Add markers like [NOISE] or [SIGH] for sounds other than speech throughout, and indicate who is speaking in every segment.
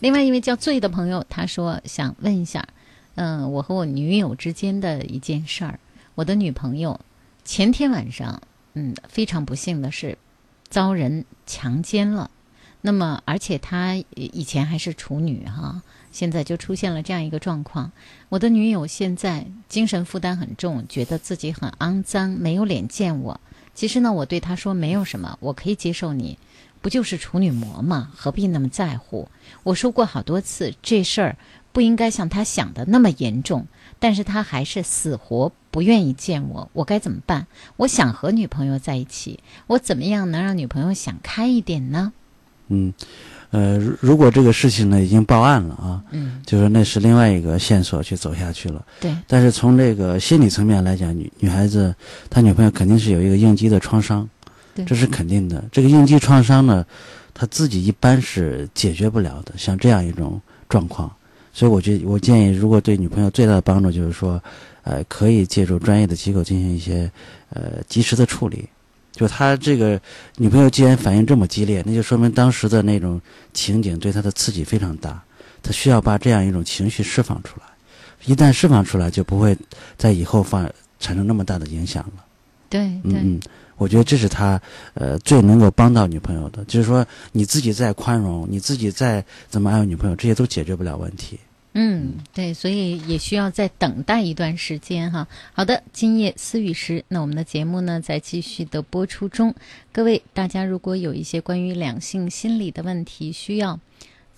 Speaker 1: 另外一位叫醉的朋友，他说想问一下，嗯、我和我女友之间的一件事儿。我的女朋友前天晚上，嗯，非常不幸的是遭人强奸了。那么，而且她以前还是处女哈、现在就出现了这样一个状况。我的女友现在精神负担很重，觉得自己很肮脏，没有脸见我。其实呢，我对她说没有什么，我可以接受你，不就是处女膜嘛，何必那么在乎？我说过好多次，这事儿不应该像他想的那么严重，但是他还是死活不愿意见我，我该怎么办？我想和女朋友在一起，我怎么样能让女朋友想开一点呢？
Speaker 2: 嗯，呃，如如果这个事情呢已经报案了啊，
Speaker 1: 嗯，
Speaker 2: 就是那是另外一个线索去走下去了。
Speaker 1: 对，
Speaker 2: 但是从这个心理层面来讲，女女孩子她女朋友肯定是有一个应激的创伤，
Speaker 1: 对
Speaker 2: 这是肯定的。这个应激创伤呢，她自己一般是解决不了的，像这样一种状况。所以我觉我建议，如果对女朋友最大的帮助就是说，呃，可以借助专业的机构进行一些呃及时的处理。就她这个女朋友既然反应这么激烈，那就说明当时的那种情景对她的刺激非常大，她需要把这样一种情绪释放出来。一旦释放出来，就不会在以后发产生那么大的影响了。
Speaker 1: 对，对，
Speaker 2: 嗯嗯，我觉得这是他呃最能够帮到女朋友的，就是说你自己再宽容，你自己再怎么安慰女朋友，这些都解决不了问题。
Speaker 1: 嗯，对，所以也需要再等待一段时间哈。好的，今夜思雨时，那我们的节目呢在继续的播出中。各位大家如果有一些关于两性心理的问题需要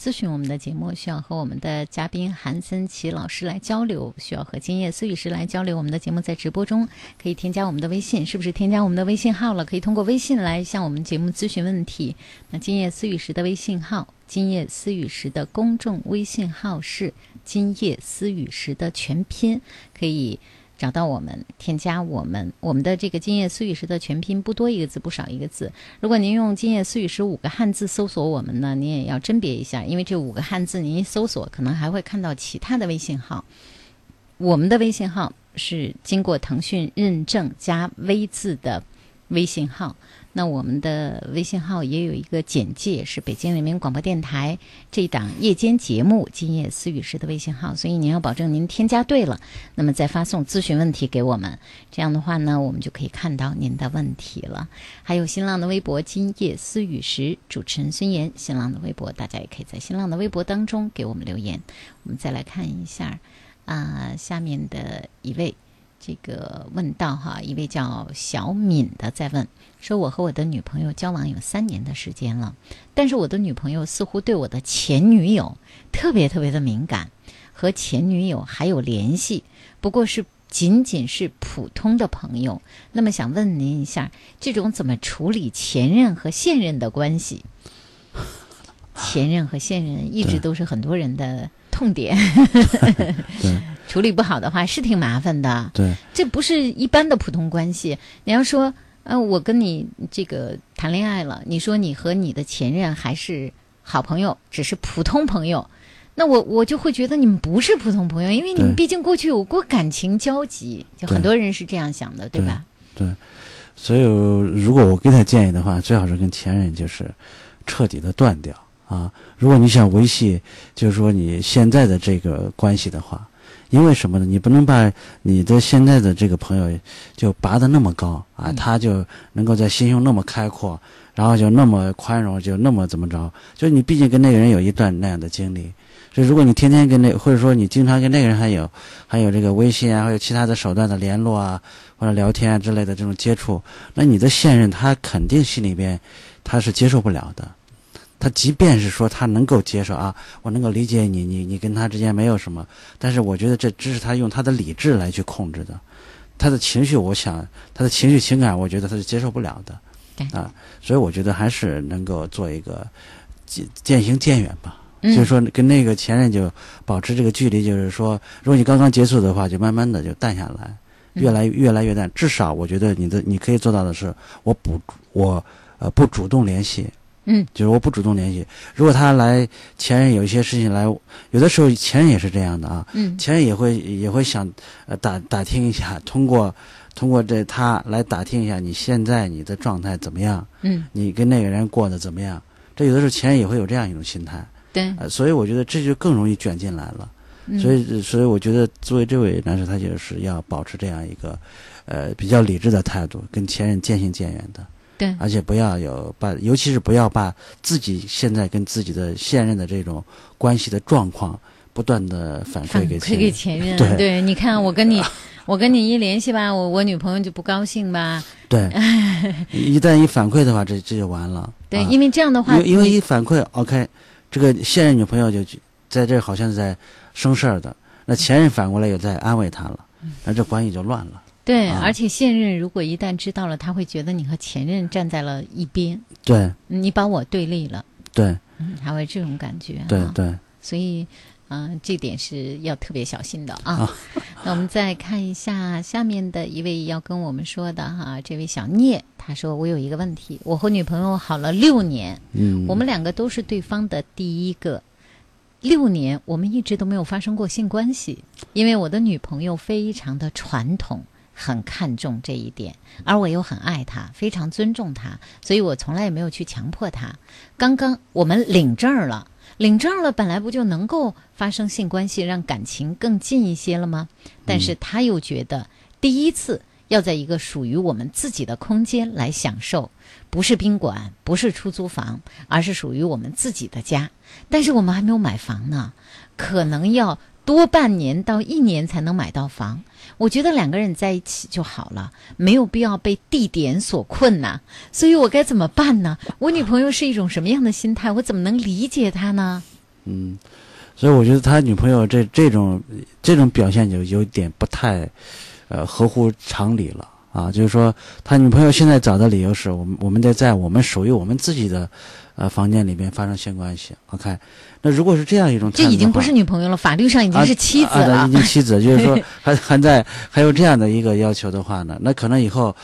Speaker 1: 咨询我们的节目，需要和我们的嘉宾韩森奇老师来交流，需要和今夜思雨时来交流，我们的节目在直播中可以添加我们的微信，是不是添加我们的微信号了？可以通过微信来向我们节目咨询问题。那今夜思雨时的微信号，今夜思雨时的公众微信号是。今夜思雨时的全拼，可以找到我们，添加我们。我们的这个“今夜思雨时”的全拼不多一个字，不少一个字。如果您用“今夜思雨时”五个汉字搜索我们呢，您也要甄别一下，因为这五个汉字您一搜索，可能还会看到其他的微信号。我们的微信号是经过腾讯认证加 V 字的微信号。那我们的微信号也有一个简介，是北京人民广播电台这档夜间节目《今夜思雨时》的微信号，所以您要保证您添加对了，那么再发送咨询问题给我们，这样的话呢，我们就可以看到您的问题了。还有新浪的微博“今夜思雨时”，主持人孙岩，新浪的微博，大家也可以在新浪的微博当中给我们留言。我们再来看一下，啊、下面的一位这个问到哈，一位叫小敏的在问说，我和我的女朋友交往有三年的时间了，但是我的女朋友似乎对我的前女友特别特别的敏感，和前女友还有联系，不过是仅仅是普通的朋友。那么想问您一下，这种怎么处理前任和现任的关系？前任和现任一直都是很多人的痛点，
Speaker 2: 对
Speaker 1: [LAUGHS] 处理不好的话是挺麻烦的。
Speaker 2: 对，
Speaker 1: 这不是一般的普通关系。你要说，呃，我跟你这个谈恋爱了，你说你和你的前任还是好朋友，只是普通朋友，那我我就会觉得你们不是普通朋友，因为你们
Speaker 2: 对
Speaker 1: 毕竟过去有过感情交集，就很多人是这样想的，对吧？
Speaker 2: 所以如果我给他建议的话，最好是跟前任就是彻底的断掉啊。如果你想维系，就是说你现在的这个关系的话，因为什么呢？你不能把你的现在的这个朋友就拔得那么高啊，
Speaker 1: 嗯
Speaker 2: 他就能够在心胸那么开阔，然后就那么宽容，就那么怎么着？就是你毕竟跟那个人有一段那样的经历。所以，如果你天天跟那，或者说你经常跟那个人还有，还有这个微信啊，还有其他的手段的联络啊，或者聊天啊之类的这种接触，那你的现任他肯定心里边他是接受不了的。他即便是说他能够接受啊，我能够理解你，你你跟他之间没有什么，但是我觉得这只是他用他的理智来去控制的，他的情绪，我想他的情绪情感，我觉得他是接受不了的
Speaker 1: 对，
Speaker 2: 啊，所以我觉得还是能够做一个渐渐行渐远吧。
Speaker 1: 嗯，
Speaker 2: 就是说跟那个前任就保持这个距离，就是说，如果你刚刚结束的话，就慢慢的就淡下来，
Speaker 1: 嗯
Speaker 2: 越来越来越淡。至少我觉得你的你可以做到的是，我不我呃不主动联系，
Speaker 1: 嗯，
Speaker 2: 就是我不主动联系。如果他来前任有一些事情来，有的时候前任也是这样的啊，
Speaker 1: 嗯，
Speaker 2: 前任也会也会想呃打打听一下，通过通过这他来打听一下你现在你的状态怎么样，
Speaker 1: 嗯，
Speaker 2: 你跟那个人过得怎么样。这有的时候前任也会有这样一种心态。
Speaker 1: 对，
Speaker 2: 呃，所以我觉得这就更容易卷进来了。
Speaker 1: 嗯
Speaker 2: 所以，所以我觉得作为这位男士，他就是要保持这样一个，呃，比较理智的态度，跟前任渐行渐远的，
Speaker 1: 对，
Speaker 2: 而且不要有把，尤其是不要把自己现在跟自己的现任的这种关系的状况不断的反
Speaker 1: 反
Speaker 2: 馈给
Speaker 1: 馈
Speaker 2: 前
Speaker 1: 给
Speaker 2: 任。
Speaker 1: 前任，
Speaker 2: 对
Speaker 1: 你看我跟你，我跟你一联系吧，我我女朋友就不高兴吧，
Speaker 2: 对，一旦一反馈的话，这这就完了。
Speaker 1: 对，
Speaker 2: 啊
Speaker 1: 因为这样的话，
Speaker 2: 因为因为
Speaker 1: 你
Speaker 2: 一反馈，OK，这个现任女朋友就觉在这儿好像是在生事儿的，那
Speaker 1: 嗯
Speaker 2: 前任反过来又在安慰她了，那这关系就乱了。
Speaker 1: 对，
Speaker 2: 啊
Speaker 1: 而且现任如果一旦知道了，他会觉得你和前任站在了一边，
Speaker 2: 对
Speaker 1: 你把我对立了，
Speaker 2: 对
Speaker 1: 嗯，还会这种感觉、啊，
Speaker 2: 对对，
Speaker 1: 所以，嗯、这点是要特别小心的啊。
Speaker 2: 啊
Speaker 1: [LAUGHS] 那我们再看一下下面的一位要跟我们说的哈，这位小聂，他说我有一个问题，我和女朋友好了六年，
Speaker 2: 嗯，
Speaker 1: 我们两个都是对方的第一个。六年，我们一直都没有发生过性关系，因为我的女朋友非常的传统，很看重这一点，而我又很爱她，非常尊重她，所以我从来也没有去强迫她。刚刚我们领证儿了，领证儿了，本来不就能够发生性关系，让感情更近一些了吗？但是他又觉得第一次要在一个属于我们自己的空间来享受，不是宾馆，不是出租房，而是属于我们自己的家。但是我们还没有买房呢，可能要多半年到一年才能买到房。我觉得两个人在一起就好了，没有必要被地点所困呐、所以我该怎么办呢？我女朋友是一种什么样的心态？我怎么能理解她呢？
Speaker 2: 嗯，所以我觉得他女朋友这这种这种表现就有点不太，呃，合乎常理了啊。就是说，他女朋友现在找的理由是我们我们得在我们属于我们自己的，呃，房间里面发生性关系。OK，那如果是这样一种态
Speaker 1: 这
Speaker 2: 度的话，
Speaker 1: 已经不是女朋友了，法律上已经是妻子
Speaker 2: 啊啊
Speaker 1: 了
Speaker 2: 已。经
Speaker 1: [LAUGHS]
Speaker 2: 妻子，就是说还还在还有这样的一个要求的话呢，那可能以后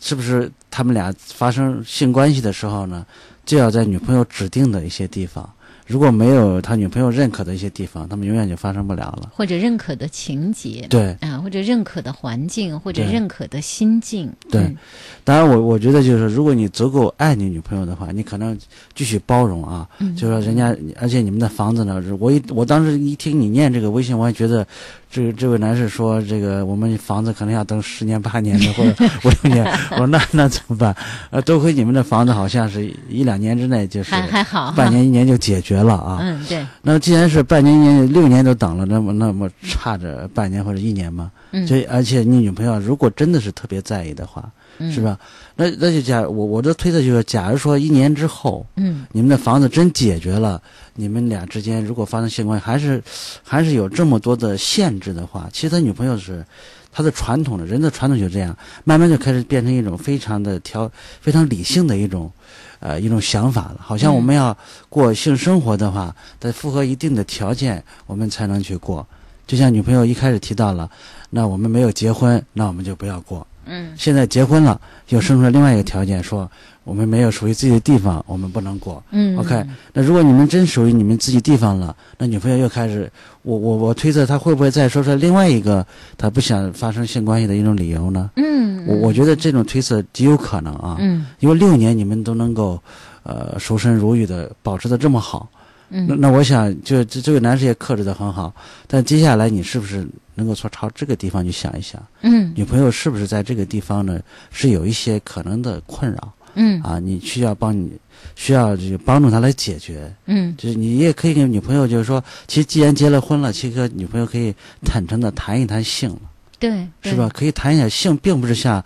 Speaker 2: 是不是他们俩发生性关系的时候呢，就要在女朋友指定的一些地方，如果没有他女朋友认可的一些地方，他们永远就发生不了了。
Speaker 1: 或者认可的情节，
Speaker 2: 对，
Speaker 1: 啊，或者认可的环境，或者
Speaker 2: 对
Speaker 1: 认可的心境，
Speaker 2: 对
Speaker 1: 嗯
Speaker 2: 当然我我觉得就是，如果你足够爱你女朋友的话，你可能继续包容啊，
Speaker 1: 嗯
Speaker 2: 就是说人家，而且你们的房子呢，是我一我当时一听你念这个微信，我还觉得这这位男士说这个我们房子可能要等十年八年的或者五六
Speaker 1: [LAUGHS]
Speaker 2: 年，我说那那怎么办？呃，多亏你们的房子好像是一两年之内就
Speaker 1: [LAUGHS]
Speaker 2: 是
Speaker 1: 还还好哈
Speaker 2: 半，年一年就解决了啊。
Speaker 1: 嗯，对，
Speaker 2: 那既然是半年一年六年都等了，那么那么差着半年或者一年嘛。
Speaker 1: 嗯，
Speaker 2: 所以而且你女朋友如果真的是特别在意的话，
Speaker 1: 嗯
Speaker 2: 是？吧？那那就假我我的推测就是，假如说一年之后。
Speaker 1: 嗯，
Speaker 2: 你们的房子真解决了，你们俩之间如果发生性关系，还是还是有这么多的限制的话，其实他女朋友是他的传统的人的传统就这样，慢慢就开始变成一种非常的条非常理性的一种呃一种想法了。好
Speaker 1: 嗯
Speaker 2: 像我们要过性生活的话，得符合一定的条件，我们才能去过。就像女朋友一开始提到了，那我们没有结婚，那我们就不要过。
Speaker 1: 嗯，
Speaker 2: 现在结婚了，又生出来另外一个条件，说我们没有属于自己的地方，我们不能过。
Speaker 1: 嗯
Speaker 2: OK，那如果你们真属于你们自己地方了，那女朋友又开始，我我我推测她会不会再说出来另外一个她不想发生性关系的一种理由呢？
Speaker 1: 嗯，
Speaker 2: 我我觉得这种推测极有可能啊，
Speaker 1: 嗯
Speaker 2: 因为六年你们都能够，呃，守身如玉的保持的这么好，那
Speaker 1: 嗯，
Speaker 2: 那我想就这这位男士也克制的很好，但接下来你是不是能够从朝这个地方去想一想，
Speaker 1: 嗯
Speaker 2: 女朋友是不是在这个地方呢是有一些可能的困扰
Speaker 1: 嗯
Speaker 2: 啊？你需要帮你需要这个帮助她来解决。
Speaker 1: 嗯
Speaker 2: 就是你也可以跟女朋友，就是说，其实既然结了婚了，其实和女朋友可以坦诚的谈一谈性了，
Speaker 1: 对，
Speaker 2: 是吧？可以谈一谈性，并不是像，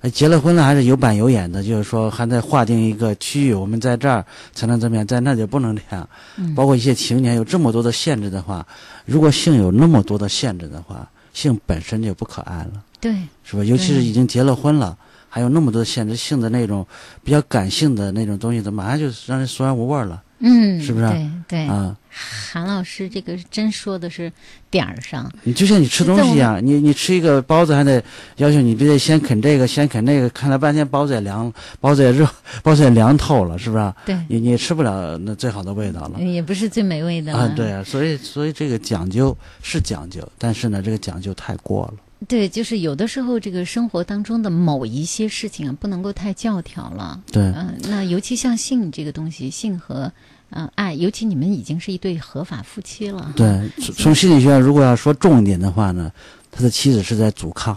Speaker 2: 呃结了婚了还是有板有眼的，就是说还在划定一个区域，我们在这儿才能怎么样，在那就不能这样。
Speaker 1: 对？嗯
Speaker 2: 包括一些情年有这么多的限制的话，如果性有那么多的限制的话，性本身就不可爱了。
Speaker 1: 对，
Speaker 2: 是吧？尤其是已经结了婚了，还有那么多限制性的那种比较感性的那种东西，怎么马上就让人索然无味儿了
Speaker 1: 嗯，
Speaker 2: 是不是啊
Speaker 1: 对对，
Speaker 2: 啊？
Speaker 1: 韩老师这个真说的是点儿上，
Speaker 2: 你就像你吃东西一样，你你吃一个包子还得要求你必须得先啃这个，先啃那个，啃了半天包子也凉，包子也热，包子也凉透了，是不是啊？
Speaker 1: 对，
Speaker 2: 你你也吃不了那最好的味道了。
Speaker 1: 也不是最美味的
Speaker 2: 啊
Speaker 1: 了，
Speaker 2: 对啊，所以所以这个讲究是讲究，但是呢，这个讲究太过了。
Speaker 1: 对，就是有的时候这个生活当中的某一些事情啊，不能够太教条了。
Speaker 2: 对，
Speaker 1: 嗯、那尤其像性这个东西，性和嗯、爱，尤其你们已经是一对合法夫妻了。哈，
Speaker 2: 对，从从心理学上如果要说重一点的话呢，他的妻子是在阻抗，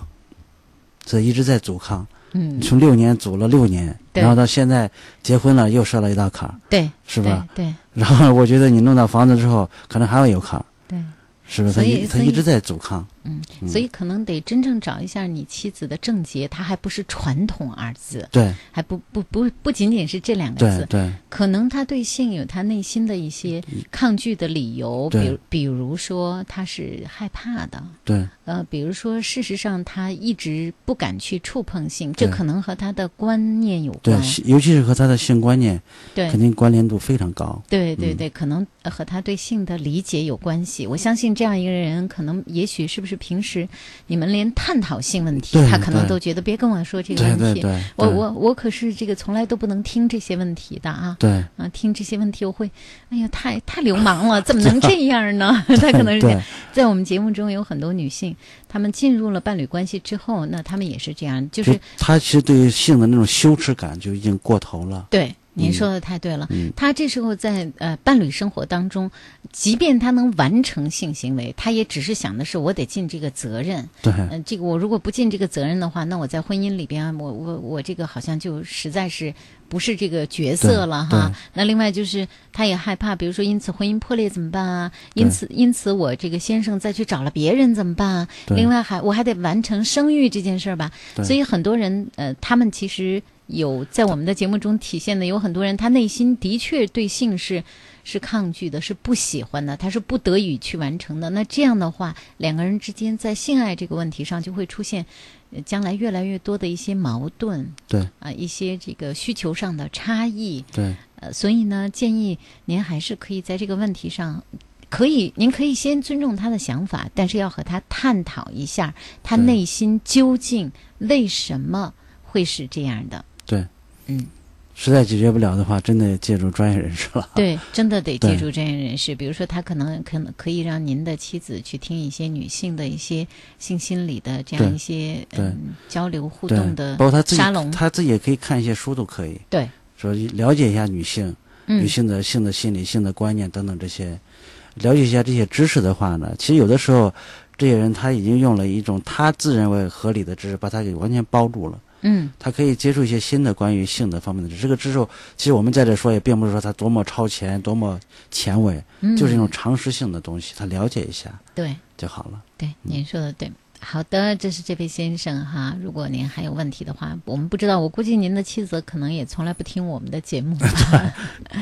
Speaker 2: 这一直在阻抗，
Speaker 1: 嗯，
Speaker 2: 从六年阻了六年，
Speaker 1: 对
Speaker 2: 然后到现在结婚了又设了一道坎儿，
Speaker 1: 对，
Speaker 2: 是吧？
Speaker 1: 对
Speaker 2: [LAUGHS] 然后我觉得你弄到房子之后，可能还会有坎儿，
Speaker 1: 对
Speaker 2: 是不是？他
Speaker 1: 所以
Speaker 2: 一他
Speaker 1: 所以
Speaker 2: 一直在阻抗，嗯
Speaker 1: 对，所以可能得真正找一下你妻子的症结，她还不是传统二字，
Speaker 2: 对
Speaker 1: 还不不不不仅仅是这两个
Speaker 2: 对
Speaker 1: 字，
Speaker 2: 对
Speaker 1: 可能她对性有她内心的一些抗拒的理由，比
Speaker 2: 对
Speaker 1: 如比如说她是害怕的，
Speaker 2: 对
Speaker 1: 呃，比如说，事实上他一直不敢去触碰性，这
Speaker 2: 对
Speaker 1: 可能和他的观念有
Speaker 2: 对
Speaker 1: 关。，
Speaker 2: 尤其是和他的性观念
Speaker 1: 嗯对
Speaker 2: 肯定关联度非常高，
Speaker 1: 对对
Speaker 2: 嗯
Speaker 1: 对，可能呃和他对性的理解有关系。我相信这样一个人，可能也许是不是平时你们连探讨性问题，
Speaker 2: 对
Speaker 1: 他可能
Speaker 2: 对
Speaker 1: 都觉得别跟我说这个
Speaker 2: 对
Speaker 1: 问题。
Speaker 2: 对对，
Speaker 1: 我
Speaker 2: 对
Speaker 1: 我我可是这个从来都不能听这些问题的啊
Speaker 2: 对
Speaker 1: 啊！听这些问题我会，哎呀，太太流氓
Speaker 2: [LAUGHS]
Speaker 1: 了，怎么能这样呢？他可能是这样
Speaker 2: 对
Speaker 1: 在我们节目中有很多女性，她们进入了伴侣关系之后，那她们也是这样，就是
Speaker 2: 他其实对于性的那种羞耻感就已经过头了，
Speaker 1: 对。您说的太对了，
Speaker 2: 嗯
Speaker 1: 她这时候在呃伴侣生活当中，即便她能完成性行为，她也只是想的是我得尽这个责任。
Speaker 2: 对
Speaker 1: 嗯、这个我如果不尽这个责任的话，那我在婚姻里边，我我我这个好像就实在是不是这个角色了哈
Speaker 2: 对。
Speaker 1: 那另外就是她也害怕，比如说因此婚姻破裂怎么办啊？因此因此我这个先生再去找了别人怎么办啊？
Speaker 2: 对
Speaker 1: 另外还我还得完成生育这件事儿吧，
Speaker 2: 对
Speaker 1: 所以很多人呃，他们其实有在我们的节目中体现的，有很多人他内心的确对性是是抗拒的，是不喜欢的，他是不得已去完成的。那这样的话，两个人之间在性爱这个问题上就会出现呃将来越来越多的一些矛盾，
Speaker 2: 对
Speaker 1: 啊、一些这个需求上的差异，
Speaker 2: 对
Speaker 1: 呃，所以呢，建议您还是可以在这个问题上，可以您可以先尊重他的想法，但是要和他探讨一下，他
Speaker 2: 对
Speaker 1: 内心究竟为什么会是这样的。
Speaker 2: 对，
Speaker 1: 嗯，
Speaker 2: 实在解决不了的话，真得借助专业人士了。
Speaker 1: 对，真的得借
Speaker 2: [LAUGHS] 对
Speaker 1: 助专业人士，比如说他可能可能可以让您的妻子去听一些女性的一些性心理的这样
Speaker 2: 对
Speaker 1: 一些
Speaker 2: 对
Speaker 1: 嗯交流互
Speaker 2: 对
Speaker 1: 动，的
Speaker 2: 包括他自己
Speaker 1: 沙龙，
Speaker 2: 他自己也可以看一些书，都可以
Speaker 1: 对，
Speaker 2: 说了解一下女性、
Speaker 1: 嗯
Speaker 2: 女，性的性的心理、性的观念等等这些，了解一下这些知识的话呢，其实有的时候这些人他已经用了一种他自认为合理的知识，把他给完全包住了。
Speaker 1: 嗯，
Speaker 2: 他可以接触一些新的关于性的方面的知识。这个知识，其实我们在这说也并不是说他多么超前、多么前卫，
Speaker 1: 嗯
Speaker 2: 就是一种常识性的东西，他了解一下
Speaker 1: 对。
Speaker 2: 就好了。
Speaker 1: 对，您说的对。好的，这是这位先生哈。如果您还有问题的话，我们不知道，我估计您的妻子可能也从来不听我们的节
Speaker 2: [LAUGHS]
Speaker 1: 目吧，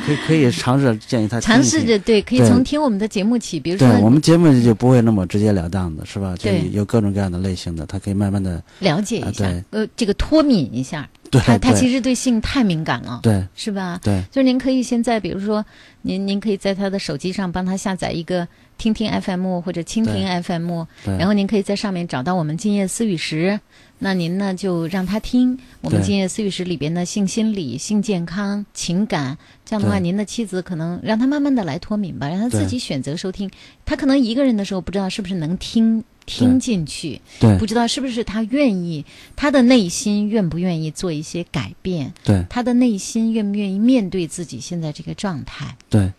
Speaker 2: 可以可以尝试建议他听一
Speaker 1: 尝
Speaker 2: 听
Speaker 1: 试着对，可以
Speaker 2: 对
Speaker 1: 从听我们的节目起，比如
Speaker 2: 对我
Speaker 1: 说
Speaker 2: 们节目就不会那么直截了当的，是吧？就
Speaker 1: 对
Speaker 2: 有各种各样的类型的，他可以慢慢的，
Speaker 1: 了解一
Speaker 2: 啊
Speaker 1: 下
Speaker 2: 对，
Speaker 1: 呃，这个脱敏一下，
Speaker 2: [LAUGHS] 对
Speaker 1: 他他其
Speaker 2: 对
Speaker 1: 实对性太敏感了，
Speaker 2: 对
Speaker 1: 是吧？
Speaker 2: 对
Speaker 1: 就是您可以现在，比如说您您可以在他的手机上帮他下载一个听听 FM 或者蜻蜓 FM，
Speaker 2: 对，
Speaker 1: 然后您可以在上面找到我们今夜思雨时，那您呢就让他听我们
Speaker 2: 对
Speaker 1: 今夜思雨时里边的性心理、性健康、情感，这样的话，
Speaker 2: 对
Speaker 1: 您的妻子可能让他慢慢的来脱敏吧，让他自
Speaker 2: 对
Speaker 1: 己选择收听。他可能一个人的时候不知道是不是能听听进去，
Speaker 2: 对
Speaker 1: 不知道是不是他愿意，他的内心愿不愿意做一些改变，
Speaker 2: 对
Speaker 1: 他的内心愿不愿意面对自己现在这个状态。
Speaker 2: 对。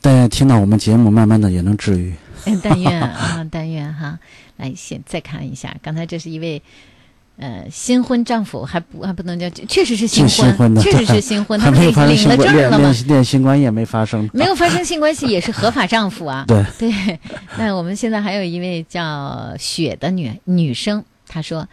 Speaker 2: 大家听到我们节目，慢慢的也能治愈。 [LAUGHS]
Speaker 1: 嗯，但愿啊，但愿哈。来，先再看一下，刚才这是一位。呃，新婚丈夫还不还不能叫，确实是新
Speaker 2: 是新婚的
Speaker 1: 确实是新婚，他
Speaker 2: [LAUGHS] 还
Speaker 1: 们
Speaker 2: 没
Speaker 1: 领
Speaker 2: 有发生
Speaker 1: 领
Speaker 2: 新
Speaker 1: 了
Speaker 2: 冠，
Speaker 1: 证
Speaker 2: 恋
Speaker 1: 了吗？
Speaker 2: 恋恋新冠也没发生。
Speaker 1: 没有发生性关系也是合法丈夫啊。 [LAUGHS]
Speaker 2: 对
Speaker 1: 对，那我们现在还有一位叫雪的女女生，她说